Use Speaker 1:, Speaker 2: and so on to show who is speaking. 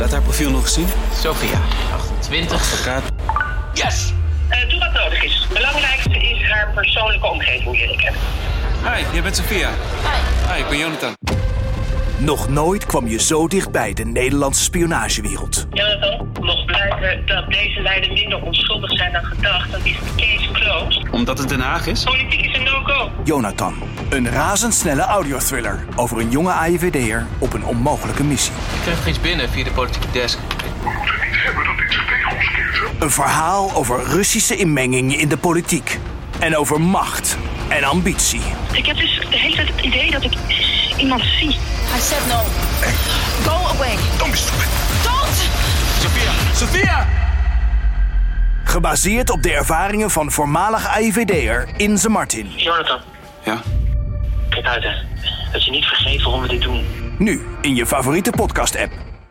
Speaker 1: had haar profiel nog gezien?
Speaker 2: Sophia, 28.
Speaker 1: Advocaat.
Speaker 2: Yes!
Speaker 3: Eh, doe wat nodig is. Het belangrijkste is haar persoonlijke omgeving leren kennen.
Speaker 1: Hi, jij bent Sophia. Hi. Hi, ik ben Jonathan.
Speaker 4: Nog nooit kwam je zo dichtbij de Nederlandse spionagewereld.
Speaker 3: Jonathan, mocht blijken dat deze leiden minder onschuldig zijn dan gedacht, dan is de case closed.
Speaker 1: Omdat het Den Haag is?
Speaker 3: Politiek is een no-go.
Speaker 4: Jonathan, een razendsnelle audiothriller over een jonge AIVD'er op een onmogelijke missie.
Speaker 2: Ik krijg iets binnen via de politieke desk.
Speaker 4: Een verhaal over Russische inmenging in de politiek. En over macht en ambitie.
Speaker 3: Ik heb dus de hele tijd het idee dat ik iemand zie.
Speaker 5: I said no. Go away.
Speaker 6: Don't be stupid.
Speaker 5: Don't!
Speaker 4: Gebaseerd op de ervaringen van voormalig AIVD'er Inze Martin.
Speaker 3: Jonathan,
Speaker 1: Ja.
Speaker 3: kijk uit hè. Dat je niet vergeet waarom we dit doen.
Speaker 4: Nu in je favoriete podcast-app.